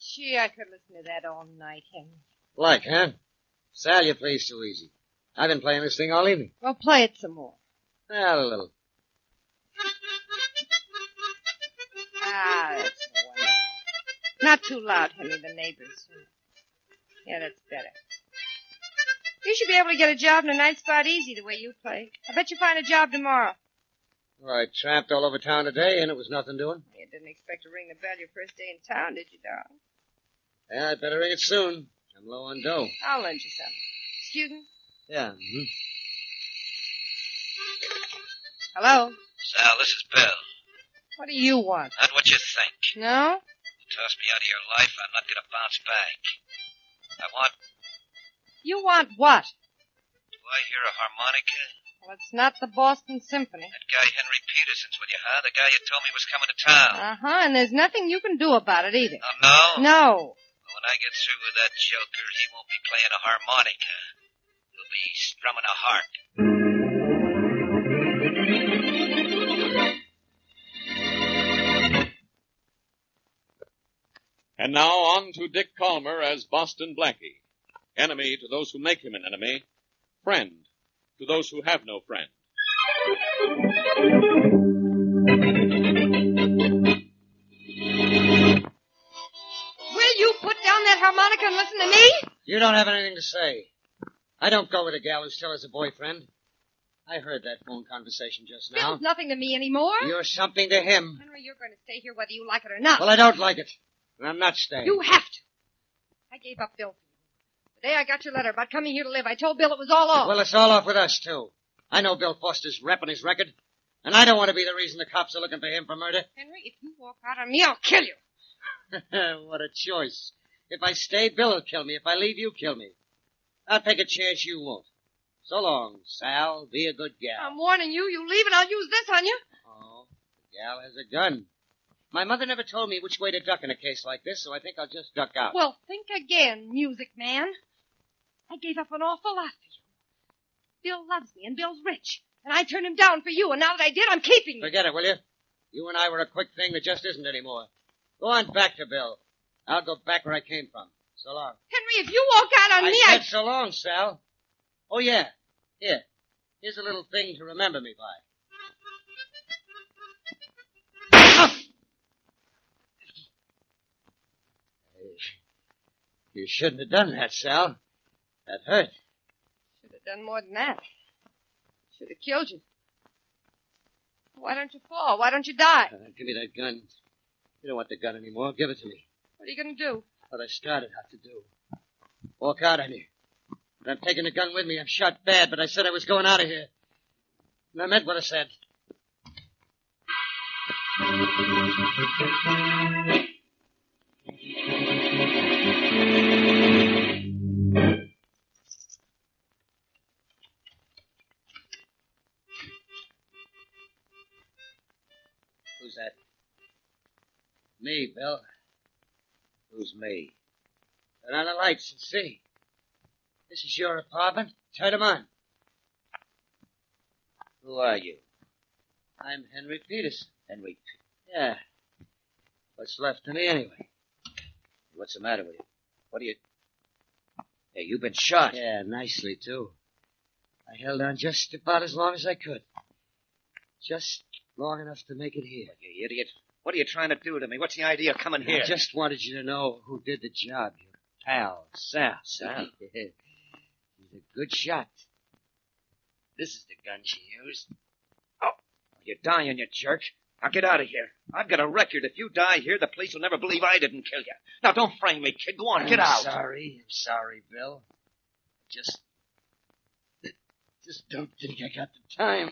Gee, I could listen to that all night, Henry. Like, huh? Sal, you play so easy. I've been playing this thing all evening. Well, play it some more. Now, a little. Ah, that's wonderful. Not too loud, Henry. The neighbors. will- Yeah, that's better. You should be able to get a job in a night spot easy the way you play. I bet you find a job tomorrow. Well, I tramped all over town today, and it was nothing doing. You didn't expect to ring the bell your first day in town, did you, darling? Yeah, I'd better ring it soon. I'm low on dough. I'll lend you some. Excuse me? Yeah. mhm. Hello? Sal, this is Bill. What do you want? Not what you think. No? You toss me out of your life, I'm not going to bounce back. I want. You want what? Do I hear a harmonica? Well, it's not the Boston Symphony. That guy Henry Peterson's with you, huh? The guy you told me was coming to town. Uh huh, and there's nothing you can do about it either. Oh, no? No. When I get through with that joker, he won't be playing a harmonica. He'll be strumming a harp. And now on to Dick Calmer as Boston Blackie. Enemy to those who make him an enemy. Friend to those who have no friend. Will you put down that harmonica and listen to me? You don't have anything to say. I don't go with a gal who still has a boyfriend. I heard that phone conversation just now. Bill's nothing to me anymore. You're something to him. Henry, you're going to stay here whether you like it or not. Well, I don't like it. And I'm not staying. You have to. I gave up Bill. The day I got your letter about coming here to live, I told Bill it was all off. Well, it's all off with us, too. I know Bill Foster's repping his record, and I don't want to be the reason the cops are looking for him for murder. Henry, if you walk out on me, I'll kill you. what a choice. If I stay, Bill will kill me. If I leave, you kill me. I'll take a chance you won't. So long, Sal. Be a good gal. I'm warning you. You leave and I'll use this on you. Oh, the gal has a gun. My mother never told me which way to duck in a case like this, so I think I'll just duck out. Well, think again, music man. I gave up an awful lot for you. Bill loves me and Bill's rich. And I turned him down for you, and now that I did, I'm keeping you. Forget it, will you? You and I were a quick thing that just isn't anymore. Go on back to Bill. I'll go back where I came from. So long. Henry, if you walk out on I me, said I... so long, Sal. Oh, yeah. Here. Here's a little thing to remember me by. You shouldn't have done that, Sal. That hurt. Should have done more than that. Should have killed you. Why don't you fall? Why don't you die? Uh, give me that gun. You don't want the gun anymore. Give it to me. What are you going to do? What I started out to do. Walk out on you. But I'm taking the gun with me. I'm shot bad, but I said I was going out of here. And I meant what I said. Who's that? Me, Bill. Who's me? Turn on the lights and see. This is your apartment. Turn 'em on. Who are you? I'm Henry Peterson. Henry. Pe- Yeah. What's left of me anyway? What's the matter with you? What are you. Hey, you've been shot. Yeah, nicely too. I held on just about as long as I could. Just long enough to make it here. You idiot. What are you trying to do to me? What's the idea of coming here? I just wanted you to know who did the job. Your pal, Sal. Sal. He's a good shot. This is the gun she used. Oh, you're dying, you jerk. Now get out of here. I've got a record. If you die here, the police will never believe I didn't kill you. Now don't frame me, kid. Go on, get I'm out. Sorry, I'm sorry, Bill. Just just don't think I got the time.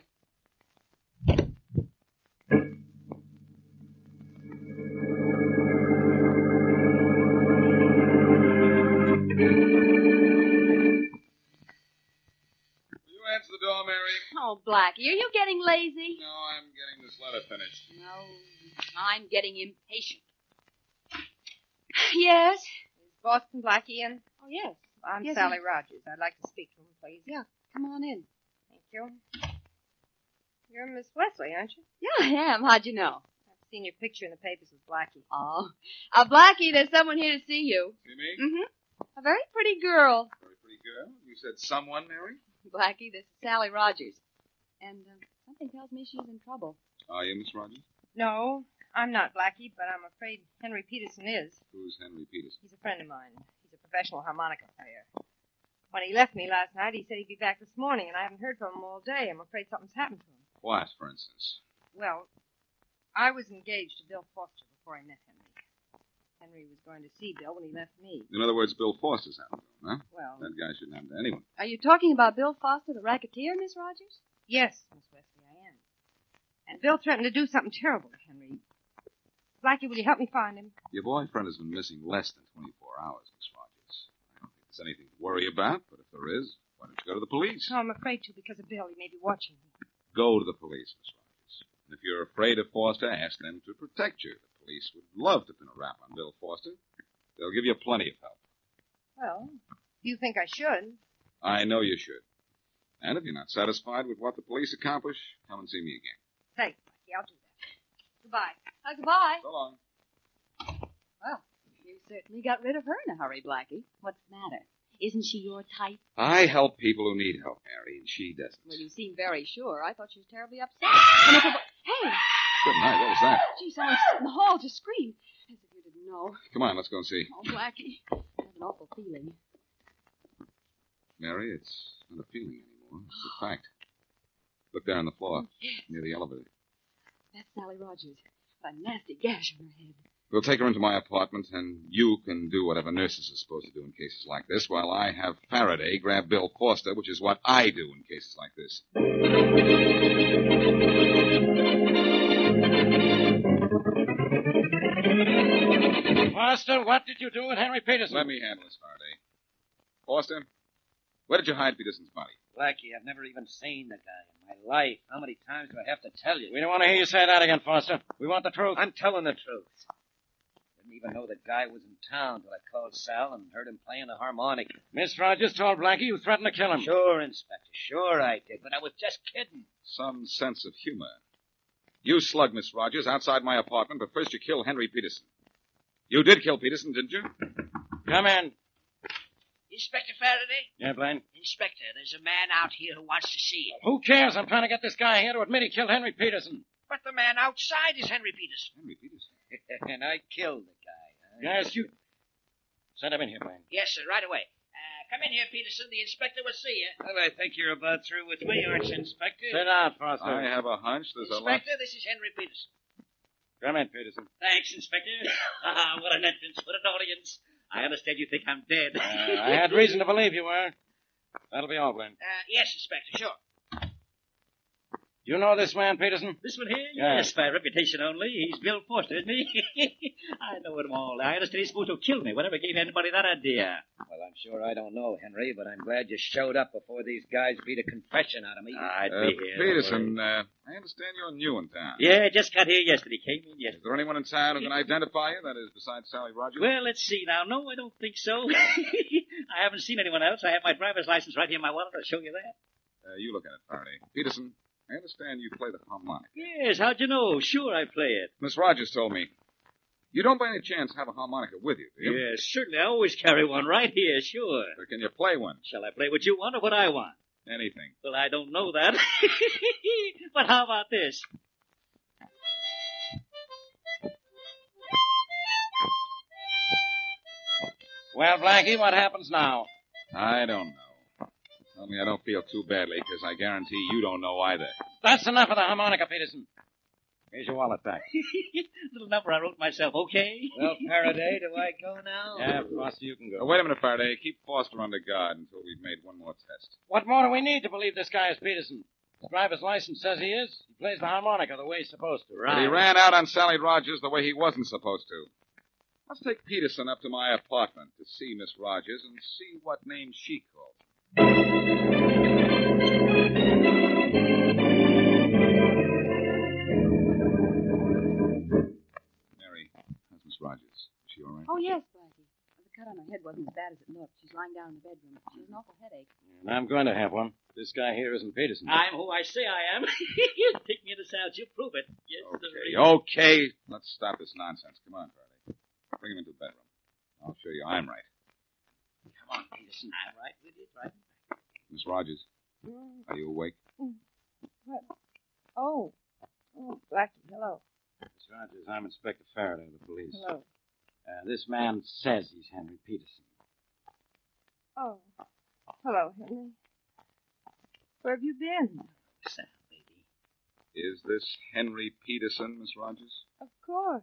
Will you answer the door, Mary? Oh, Blackie, are you getting lazy? No, I'm getting this letter finished. No, I'm getting impatient. Yes? Boston Blackie in? Oh, yes. I'm Yes, Sally Rogers. I'd like to speak to him, please. Yeah. Come on in. Thank you. You're Miss Wesley, aren't you? Yeah, I am. How'd you know? I've seen your picture in the papers with Blackie. Oh. Uh, Blackie, there's someone here to see you. Mm-hmm. See me? A very pretty girl. Very pretty girl. You said someone, Mary? Blackie, this is Sally Rogers. And um, something tells me she's in trouble. Are you, Oh, Miss Rogers? No, I'm not Blackie, but I'm afraid Henry Peterson is. Who's Henry Peters? He's a friend of mine. He's a professional harmonica player. When he left me last night, he said he'd be back this morning, and I haven't heard from him all day. I'm afraid something's happened to him. What, for instance? Well, I was engaged to Bill Foster before I met Henry. Henry was going to see Bill when he left me. In other words, Bill Foster's happened to him, Well, huh? That guy shouldn't happen to anyone. Are you talking about Bill Foster, the racketeer, Miss Rogers? yes, Miss Wesley, I am. And Bill threatened to do something terrible to Henry. Blackie, will you help me find him? Your boyfriend has been missing less than 24 hours, Miss Rogers. I don't think there's anything to worry about, but if there is, why don't you go to the police? No, I'm afraid to because of Bill. He may be watching me. Go to the police, Miss Rogers. And if you're afraid of Foster, ask them to protect you. The police would love to pin a rap on Bill Foster. They'll give you plenty of help. Well, you think I should? I know you should. And if you're not satisfied with what the police accomplish, come and see me again. Thanks, Blackie. I'll do that. Goodbye. Uh, goodbye. So long. You certainly got rid of her in a hurry, Blackie. What's the matter? Isn't she your type? I help people who need help, Mary, and she doesn't. Well, you seem very sure. I thought she was terribly upset. And if it wa- hey, Good night. What was that? gee, someone stood in the hall to scream. As if you didn't know. Come on, let's go and see. Oh, Blackie, I have an awful feeling. Mary, it's not a feeling anymore. It's a fact. Look there on the floor, near the elevator. That's Sally Rogers. A nasty gash on her head. We'll take her into my apartment, and you can do whatever nurses are supposed to do in cases like this, while I have Faraday grab Bill Foster, which is what I do in cases like this. Foster, what did you do with Henry Peterson? Let me handle this, Faraday. Foster, where did you hide Peterson's body? Blackie, I've never even seen the guy in my life. How many times do I have to tell you? We don't want to hear you say that again, Foster. We want the truth. I'm telling the truth. Didn't even know the guy was in town till I called Sal and heard him playing the harmonica. Miss Rogers told Blackie you threatened to kill him. Sure, Inspector. Sure I did, but I was just kidding. Some sense of humor. You slug Miss Rogers outside my apartment, but first you kill Henry Peterson. You did kill Peterson, didn't you? Come in. Inspector Faraday? Yeah, Blaine. Inspector, there's a man out here who wants to see you. Who cares? I'm trying to get this guy here to admit he killed Henry Peterson. But the man outside is Henry Peterson. Henry Peterson. and I killed the guy. Yes, you. Send him in here, Blaine. Yes, sir, right away. Uh, come in here, Peterson. The inspector will see you. Well, I think you're about through with me, aren't you, Inspector? Sit down, Foster. I have a hunch there's a lot. Inspector, this is Henry Peterson. Come in, Peterson. Thanks, Inspector. Ah, what an entrance. What an audience. I understand you think I'm dead. Uh, I had reason to believe you were. That'll be all, Blaine. Uh, yes, Inspector, sure. You know this man, Peterson? This one here? Yeah. Yes, by reputation only. He's Bill Foster, isn't he? I know him all. I understand he's supposed to kill me. Whatever gave anybody that idea? Well, I'm sure I don't know, Henry, but I'm glad you showed up before these guys beat a confession out of me. I'd Uh, Peterson, uh, I understand you're new in town. Yeah, just got here yesterday. Came in yesterday. Is there anyone in town who can identify you? That is, besides Sally Rogers. Well, let's see now. No, I don't think so. I haven't seen anyone else. I have my driver's license right here in my wallet. I'll show you that. Uh, you look at it, Faraday. Peterson, I understand you play the harmonica. Yes, how'd you know? Sure, I play it. Miss Rogers told me. You don't by any chance have a harmonica with you, do you? Yes, certainly. I always carry one right here, sure. Or can you play one? Shall I play what you want or what I want? Anything. Well, I don't know that. but how about this? Well, Blackie, what happens now? I don't know. Only I don't feel too badly, because I guarantee you don't know either. That's enough of the harmonica, Peterson. Here's your wallet back. Little number I wrote myself, okay? Well, Faraday, do I go now? Yeah, Foster, you can Uh, wait a minute, Faraday. Keep Foster under guard until we've made one more test. What more do we need to believe this guy is Peterson? His driver's license says he is. He plays the harmonica the way he's supposed to. But he ran out on Sally Rogers the way he wasn't supposed to. Let's take Peterson up to my apartment to see Miss Rogers and see what name she called. Mary, how's Miss Rogers? Is she all right? Oh, yes, Blackie. The cut on her head wasn't as bad as it looked. She's lying down in the bedroom. She has an awful headache. And I'm going to have one. This guy here isn't Peterson. I'm who I say I am. Pick me in the south, you prove it. Yes, Okay, sir. okay. Let's stop this nonsense. Come on, Faraday. Bring him into the bedroom. I'll show you I'm right. Come on, Peterson. I'm right with you, right? Miss Rogers, are you awake? Mm, Oh. Oh, Blackie, hello. Miss Rogers, I'm Inspector Faraday of the police. Hello. Uh, this man says he's Henry Peterson. Oh. Hello, Henry. Where have you been? Is this Henry Peterson, Miss Rogers? Of course.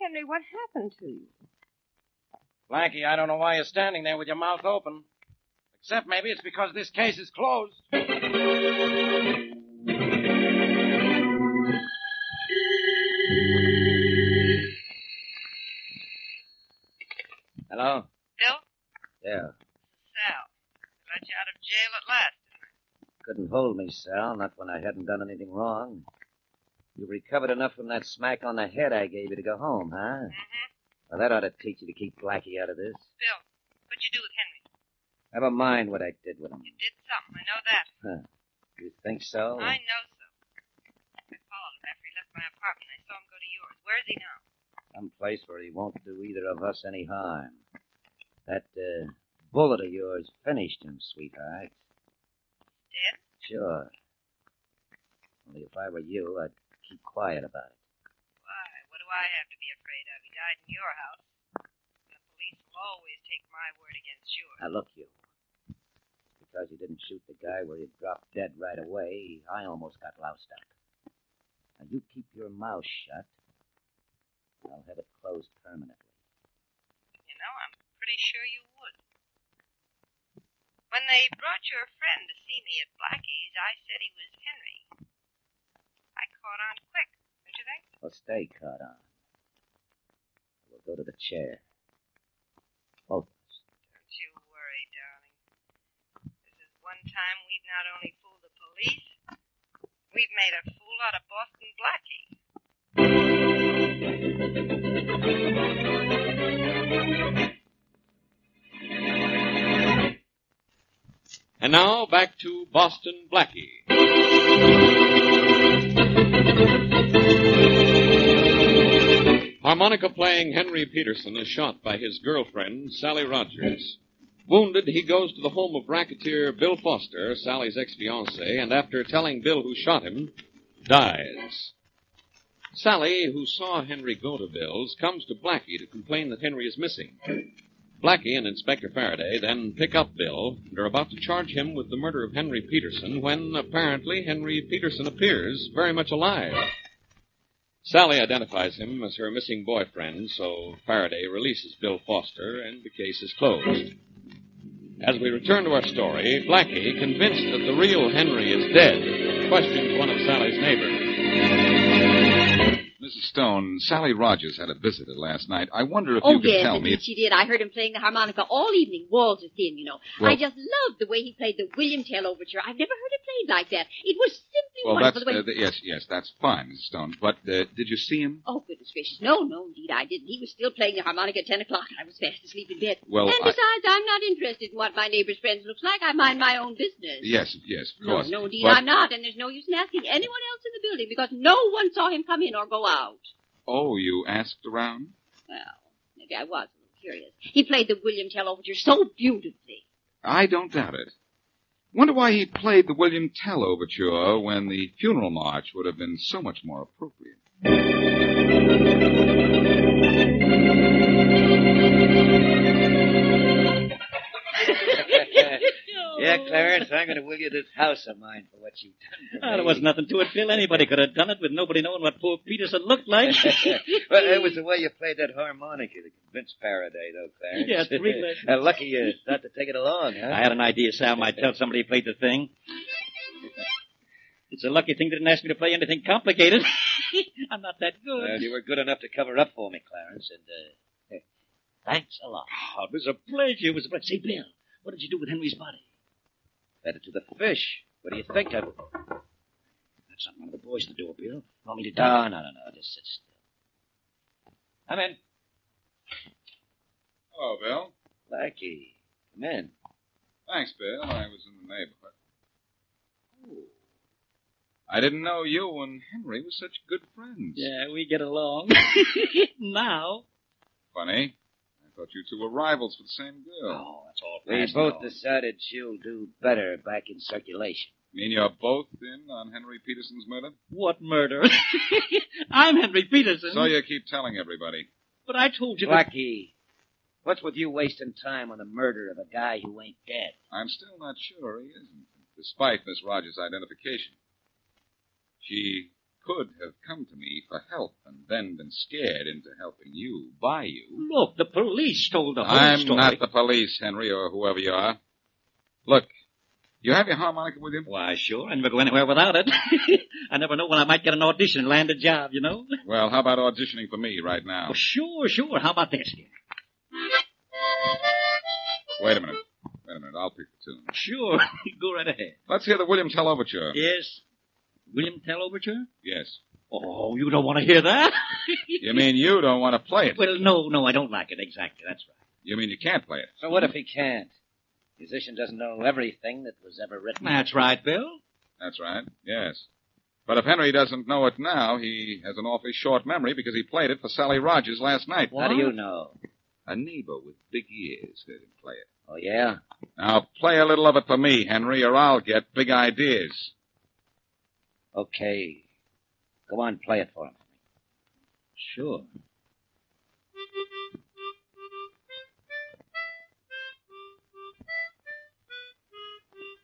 Henry, what happened to you? Blackie, I don't know why you're standing there with your mouth open. Except maybe it's because this case is closed. Hello? Bill? Yeah. Sal. Got you out of jail at last. Couldn't hold me, Sal, not when I hadn't done anything wrong. You recovered enough from that smack on the head I gave you to go home, Mm-hmm. huh? Well, that ought to teach you to keep Blackie out of this. Bill, what'd you do with Henry? Never mind what I did with him. You did something. I know that. You think so? I know so. I followed him after he left my apartment. I saw him go to yours. Where is he now? Some place where he won't do either of us any harm. That uh, bullet of yours finished him, sweetheart. Dead? Sure. Only if I were you, I'd keep quiet about it. Why? What do I have to be afraid of? He died in your house. And the police will always take my word against yours. Now look, you. Because you didn't shoot the guy where he dropped dead right away, I almost got loused up. Now you keep your mouth shut. I'll have it closed permanently. You know, I'm pretty sure you would. When they brought your friend to see me at Blackie's, I said he was Henry. I caught on quick, don't you think? Well, stay caught on. We'll go to the chair. Both of us. Don't you worry, darling. This is one time we've not only fooled the police, we've made a fool out of Boston Blackie. And now back to Boston Blackie. Harmonica playing Henry Peterson is shot by his girlfriend, Sally Rogers. Wounded, he goes to the home of racketeer Bill Foster, Sally's ex fiance, and after telling Bill who shot him, dies. Sally, who saw Henry go to Bill's, comes to Blackie to complain that Henry is missing. Blackie and Inspector Faraday then pick up Bill and are about to charge him with the murder of Henry Peterson when apparently Henry Peterson appears very much alive. Sally identifies him as her missing boyfriend, so Faraday releases Bill Foster and the case is closed. As we return to our story, Blackie, convinced that the real Henry is dead, questions one of Sally's neighbors. Mrs. Stone, Sally Rogers had a visitor last night. I wonder if Oh, you could yes, tell me. indeed she did. I heard him playing the harmonica all evening. Walls are thin, you know. Well- I just loved the way he played the William Tell overture. I've never heard it played like that. It was simply Well, that's wonderful. the way uh, th- yes, yes, that's fine, Mrs. Stone. But uh, did you see him? Oh, goodness gracious. No, no, indeed, I didn't. He was still playing the harmonica at 10 o'clock. I was fast asleep in bed. Well, and Oh, I- besides, I'm not interested in what my neighbor's friends looks like. I mind my own business. Yes, yes, of No, course. no, indeed, But- I'm not. And there's no use in asking anyone else in the building because no one saw him come in or go out. Oh, you asked around. Well, maybe I was a little curious. He played the William Tell overture so beautifully. I don't doubt it. Wonder why he played the William Tell overture when the funeral march would have been so much more appropriate. Yeah, Clarence, I'm going to will you this house of mine for what you've done. For Oh, me. there was nothing to it, Bill. Anybody could have done it with nobody knowing what poor Peterson looked like. well, it was the way you played that harmonica that convinced Faraday, though, Clarence. Yes, really. Uh, lucky you thought to take it along, huh? I had an idea Sal might tell somebody he played the thing. It's a lucky thing they didn't ask me to play anything complicated. I'm not that good. Well, you were good enough to cover up for me, Clarence, and uh, thanks a lot. Oh, it was a pleasure. It was a pleasure. Say, Bill, what did you do with Henry's body? Fed it to the fish. What do you think of it? That's not one of the boys at the door, Bill. Want me to No, no, no, no. Just sit still. Come in. Hello, Bill. Blackie, come in. Thanks, Bill. I was in the neighborhood. Oh. I didn't know you and Henry were such good friends. Yeah, we get along. now. Funny. I thought you two were rivals for the same girl. Oh, that's all. We fast both now. decided she'll do better back in circulation. Mean you're both in on Henry Peterson's murder? What murder? I'm Henry Peterson. So you keep telling everybody. But I told you that- Blackie, what's with you wasting time on the murder of a guy who ain't dead? I'm still not sure he isn't, despite Miss Rogers' identification. She could have come to me for help and then been scared into helping you by you. Look, the police told the whole I'm story. not the police, Henry, or whoever you are. Look, you have your harmonica with you? Why, sure, I never go anywhere without it. I never know when I might get an audition and land a job, you know? Well, how about auditioning for me right now? Oh, sure, sure. How about this? Wait a minute. Wait a minute. I'll pick the tune. Sure, go right ahead. Let's hear the William Tell Overture. Yes. William Tell Overture? Yes. Oh, you don't want to hear that? You mean you don't want to play it? well, no, no, I don't like it. Exactly, that's right. You mean you can't play it? So what if he can't? Musician doesn't know everything that was ever written. That's right, Bill. That's right. Yes. But if Henry doesn't know it now, he has an awfully short memory because he played it for Sally Rogers last night. How do you know? A neighbor with big ears heard him play it. Oh, yeah? Now play a little of it for me, Henry, or I'll get big ideas. Okay. Go on, play it for him. Sure.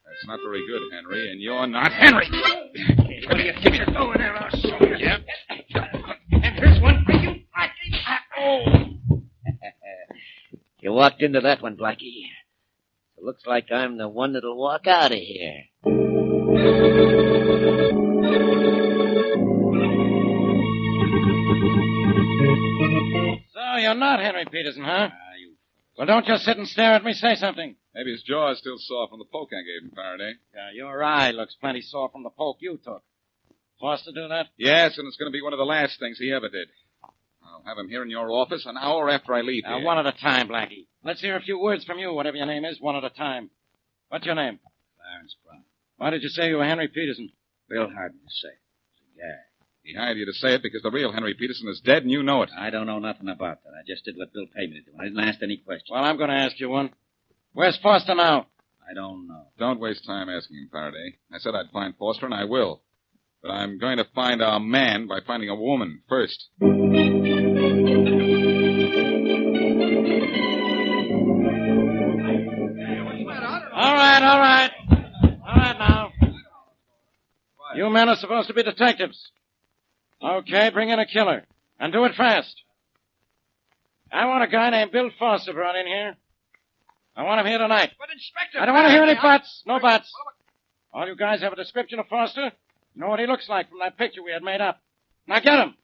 That's not very good, Henry, and you're not Henry. What do you think you're doing there, Yep. You walked into that one, Blackie. It looks like I'm the one that'll walk out of here. So you're not Henry Peterson, huh? Ah, Well, don't just sit and stare at me. Say something. Maybe his jaw is still soft from the poke I gave him, Faraday. Yeah, your eye looks plenty sore from the poke you took. Foster do that? Yes, and it's going to be one of the last things he ever did. I'll have him here in your office an hour after I leave Now, here. one at a time, Blackie. Let's hear a few words from you, whatever your name is, one at a time. What's your name? Clarence Brown. Why did you say you were Henry Peterson? Bill Hardin to say. It's a guy. He hired you to say it because the real Henry Peterson is dead, and you know it. I don't know nothing about that. I just did what Bill paid me to do. I didn't ask any questions. Well, I'm going to ask you one. Where's Foster now? I don't know. Don't waste time asking him, Faraday. I said I'd find Foster, and I will. But I'm going to find our man by finding a woman first. All right, all right. All right now. You men are supposed to be detectives. Okay, bring in a killer. And do it fast. I want a guy named Bill Foster brought in here. I want him here tonight. But Inspector, I don't want to hear any bots. No bots. All you guys have a description of Foster. You know what he looks like from that picture we had made up. Now get him.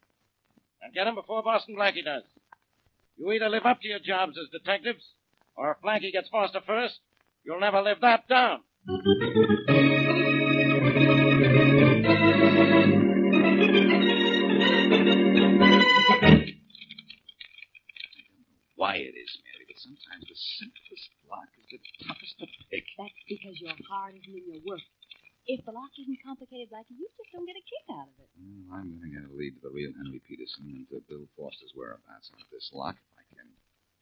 And get him before Boston Blackie does. You either live up to your jobs as detectives, or if Blackie gets Foster first, you'll never live that down. Why it is, Mary, but sometimes the simplest block is the toughest to pick. That's because your heart isn't in your work. If the lock isn't complicated like you, just don't get a kick out of it. Well, I'm going to get a lead to the real Henry Peterson and to Bill Foster's whereabouts out of this lock if I can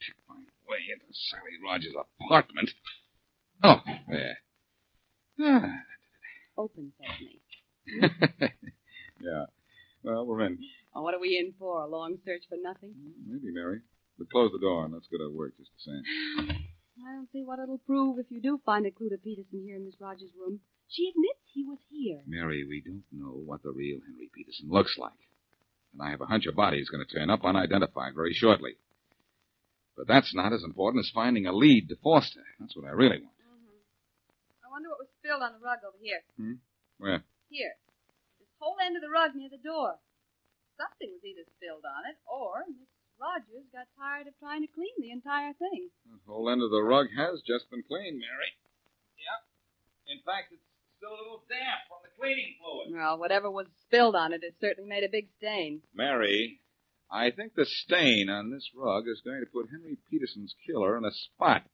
pick my way into Sally Rogers' apartment. Oh, there. Ah. Open sesame. yeah. Well, we're in. Oh, what are we in for? A long search for nothing? Maybe, Mary. But close the door and let's go to work just the same. Well, don't see what it'll prove if you do find Cluda Peterson here in Miss Rogers' room. She admits he was here. Mary, we don't know what the real Henry Peterson looks like. And I have a hunch your body is going to turn up unidentified very shortly. But that's not as important as finding a lead to Foster. That's what I really want. I wonder what was spilled on the rug over here. Where? Here. This whole end of the rug near the door. Something was either spilled on it or Miss Rogers got tired of trying to clean the entire thing. The whole end of the rug has just been cleaned, Mary. In fact, it's still a little damp from the cleaning fluid. Well, whatever was spilled on it, it certainly made a big stain. Mary, I think the stain on this rug is going to put Henry Peterson's killer in a spot.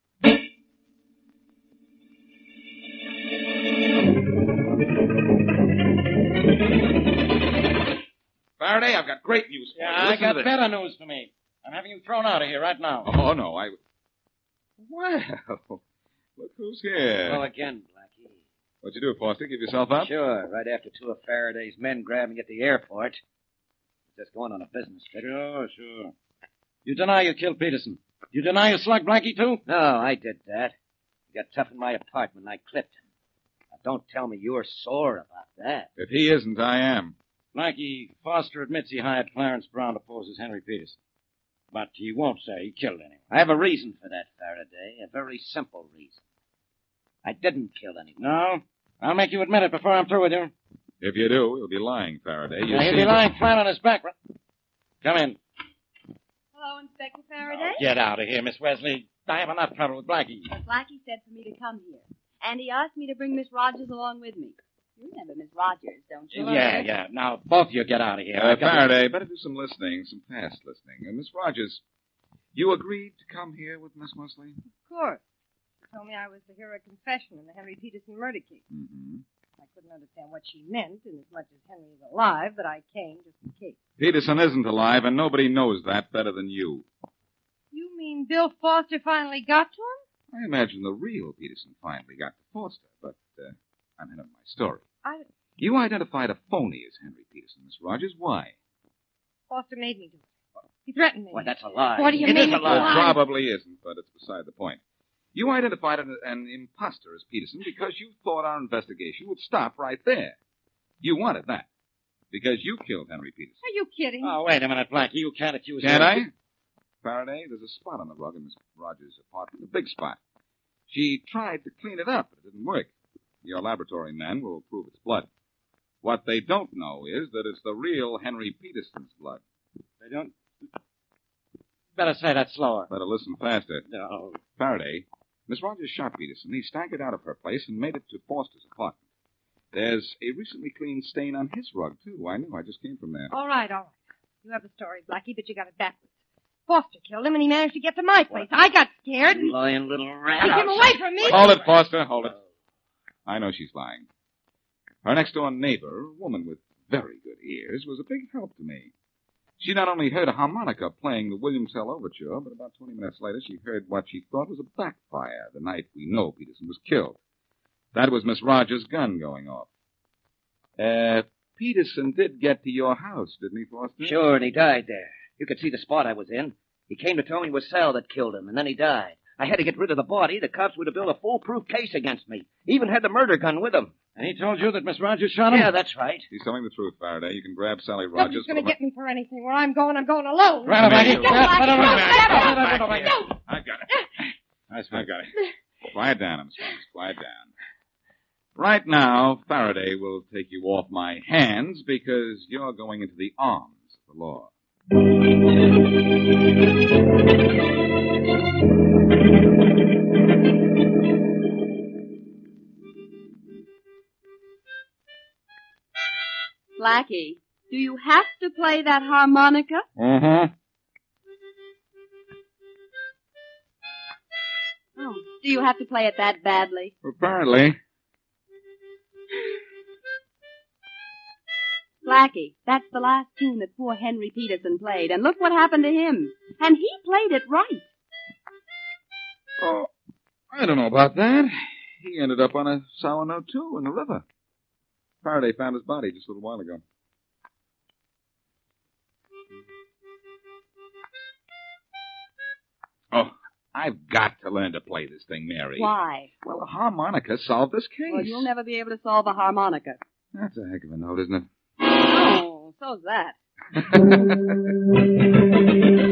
Faraday, I've got great news for Yeah, you. I Listen got to this. better news for me. I'm having you thrown out of here right now. Oh, no, I. Well, look who's here. Well, again, Blackie. What'd you do, Foster? Give yourself up? Sure, right after two of Faraday's men grabbed me at the airport. Just going on a business trip. Sure, sure. You deny you killed Peterson. You deny you slugged Blackie, too? No, I did that. He got tough in my apartment and I clipped him. Now, don't tell me you're sore about that. If he isn't, I am. Blackie, Foster admits he hired Clarence Brown to pose as Henry Peterson. But he won't say he killed anyone. I have a reason for that, Faraday. A very simple reason. I didn't kill anyone. No? I'll make you admit it before I'm through with you. If you do, he'll be lying, Faraday. You Now, he'll see be that- lying flat on his back. Come in. Hello, Inspector Faraday. Get out of here, Miss Wesley. I have enough trouble with Blackie. Blackie said for me to come here, and he asked me to bring Miss Rogers along with me. You remember Miss Rogers, don't you? Yeah, yeah. Now, both of you get out of here. Uh, I've got to- Faraday, better do some listening, some fast listening. Uh, Miss Rogers, you agreed to come here with Miss Musley? Of course. She told me I was the hero confession in the Henry Peterson murder case. Mm-hmm. I couldn't understand what she meant, and as much as Henry is alive, that I came just in case. Peterson isn't alive, and nobody knows that better than you. You mean Bill Foster finally got to him? I imagine the real Peterson finally got to Foster, but uh, I'm ahead of my story. I- You identified a phony as Henry Peterson, Miss Rogers. Why? Foster made me do it. He threatened me. Boy, that's a lie. What do you It mean is a it's a lie. lie? It probably isn't, but it's beside the point. You identified an, an imposter as Peterson because you thought our investigation would stop right there. You wanted that because you killed Henry Peterson. Are you kidding? Oh, wait a minute, Blackie. You can't accuse Can't me. I? Faraday, there's a spot on the rug in Miss Rogers' apartment, a big spot. She tried to clean it up, but it didn't work. Your laboratory men will prove it's blood. What they don't know is that it's the real Henry Peterson's blood. They don't. Better say that slower. Better listen faster. No. Faraday, Miss Rogers shot Peterson. He staggered out of her place and made it to Foster's apartment. There's a recently cleaned stain on his rug, too. I knew. I just came from there. All right, all right. You have the story, Blackie, but you got it backwards. Foster killed him, and he managed to get to my place. I got scared, You and lying little rat. took him away from me. Hold it, Foster. Hold it. I know she's lying. Her next door neighbor, a woman with very good ears, was a big help to me. She not only heard a harmonica playing the Williams Tell Overture, but about 20 minutes later she heard what she thought was a backfire the night we know Peterson was killed. That was Miss Rogers' gun going off. Uh, Peterson did get to your house, didn't he, Hmm? Foster? Sure, and he died there. You could see the spot I was in. He came to tell me it was Sal that killed him, and then he died. I had to get rid of the body. The cops would have built a foolproof case against me. Even had the murder gun with him. And he told you that Miss Rogers shot him? Yeah, that's right. He's telling the truth, Faraday. You can grab Sally Nobody's Rogers. going to for the- get me for anything. Where I'm going, I'm going alone. Right over here. Don't Right over like here. it. Right over Don't here. Right over here. I got it. Nice I got it. Quiet down, Miss Williams. Quiet down. Right now, Faraday will take you off my hands because you're going into the arms of the law. Blackie, do you have to play that harmonica? Mm-hmm. Oh. Do you have to play it that badly? Apparently. Blackie, that's the last tune that poor Henry Peterson played, and look what happened to him. And he played it right. Oh, I don't know about that. He ended up on a sour note, too, in the river. Faraday found his body just a little while ago. Oh, I've got to learn to play this thing, Mary. Why? Well, a harmonica solved this case. Well, you'll never be able to solve a harmonica. That's a heck of a note, isn't it? Oh, so's that. Well,